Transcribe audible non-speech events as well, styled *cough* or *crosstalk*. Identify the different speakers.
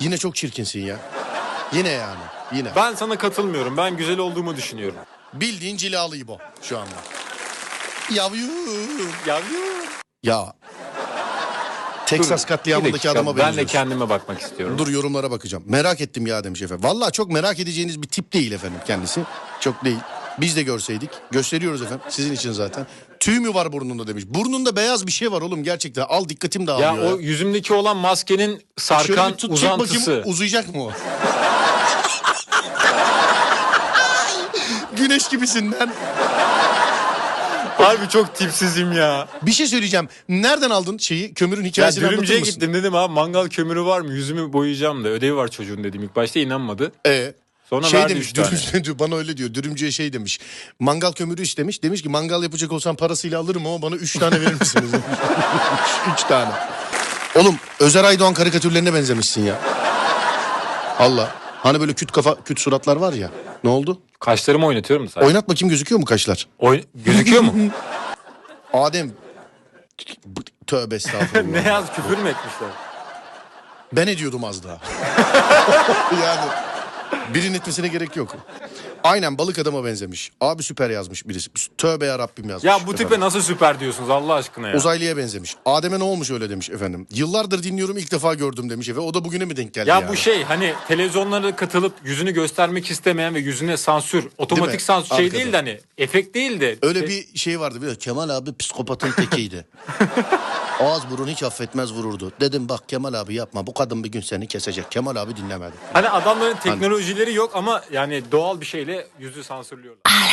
Speaker 1: Yine çok çirkinsin ya. Yine yani. Yine.
Speaker 2: Ben sana katılmıyorum. Ben güzel olduğumu düşünüyorum.
Speaker 1: Bildiğin cilalı İbo şu anda. Yavrum.
Speaker 2: Yavrum.
Speaker 1: Ya. Texas
Speaker 2: Bir
Speaker 1: katliamındaki
Speaker 2: dakika,
Speaker 1: adama
Speaker 2: Ben de
Speaker 1: benziyorsun.
Speaker 2: kendime bakmak istiyorum.
Speaker 1: Dur yorumlara bakacağım. Merak ettim ya demiş efendim. Valla çok merak edeceğiniz bir tip değil efendim kendisi. Çok değil. Biz de görseydik. Gösteriyoruz efendim. Sizin için zaten. Tüy mü var burnunda demiş. Burnunda beyaz bir şey var oğlum gerçekten. Al dikkatim
Speaker 2: Ya
Speaker 1: dağılıyor.
Speaker 2: o yüzümdeki olan maskenin sarkan
Speaker 1: Şöyle bir tut, çek
Speaker 2: uzantısı.
Speaker 1: bakayım uzayacak mı o? *laughs* Güneş gibisin lan.
Speaker 2: Harbi çok tipsizim ya.
Speaker 1: Bir şey söyleyeceğim. Nereden aldın şeyi? Kömürün
Speaker 2: Ya
Speaker 1: hikayesini anlatır
Speaker 2: dürümcüye
Speaker 1: mısın?
Speaker 2: gittim dedim abi mangal kömürü var mı? Yüzümü boyayacağım da ödevi var çocuğun dedim. İlk başta inanmadı.
Speaker 1: Ee,
Speaker 2: Sonra
Speaker 1: şey
Speaker 2: verdi
Speaker 1: demiş
Speaker 2: üç tane.
Speaker 1: dürümcü- diyor, bana öyle diyor dürümcüye şey demiş mangal kömürü istemiş demiş ki mangal yapacak olsam parasıyla alırım ama bana üç tane verir misiniz *laughs* demiş. üç, üç tane oğlum Özer Aydoğan karikatürlerine benzemişsin ya Allah hani böyle küt kafa küt suratlar var ya ne oldu
Speaker 2: Kaşlarımı oynatıyorum da sadece.
Speaker 1: oynat bakayım gözüküyor mu kaşlar
Speaker 2: Oyn- Gözüküyor mu?
Speaker 1: Adem tövbe estağfurullah
Speaker 2: *laughs* ne yaz küfür mü etmişler?
Speaker 1: Ben ediyordum az daha. *laughs* yani birinin etmesine gerek yok. Aynen balık adama benzemiş. Abi süper yazmış birisi. Tövbe ya Rabbim yazmış.
Speaker 2: Ya bu
Speaker 1: efendim.
Speaker 2: tipe nasıl süper diyorsunuz Allah aşkına ya.
Speaker 1: Uzaylıya benzemiş. Adem'e ne olmuş öyle demiş efendim. Yıllardır dinliyorum ilk defa gördüm demiş efendim. O da bugüne mi denk geldi
Speaker 2: Ya
Speaker 1: yani?
Speaker 2: bu şey hani televizyonlara katılıp yüzünü göstermek istemeyen ve yüzüne sansür,
Speaker 1: Değil mi?
Speaker 2: otomatik sansür şey
Speaker 1: Arkada.
Speaker 2: değil de hani efekt değil de.
Speaker 1: Öyle
Speaker 2: E,
Speaker 1: bir şey vardı biliyor musun? Kemal abi psikopatın
Speaker 2: *laughs*
Speaker 1: tekiydi. Ağız burun hiç affetmez vururdu. Dedim bak Kemal abi yapma bu kadın bir gün seni kesecek. Kemal abi dinlemedi. Hani-
Speaker 2: Hani adamların teknolojileri yok ama yani doğal bir şeyle yüzü sansürlüyorlar.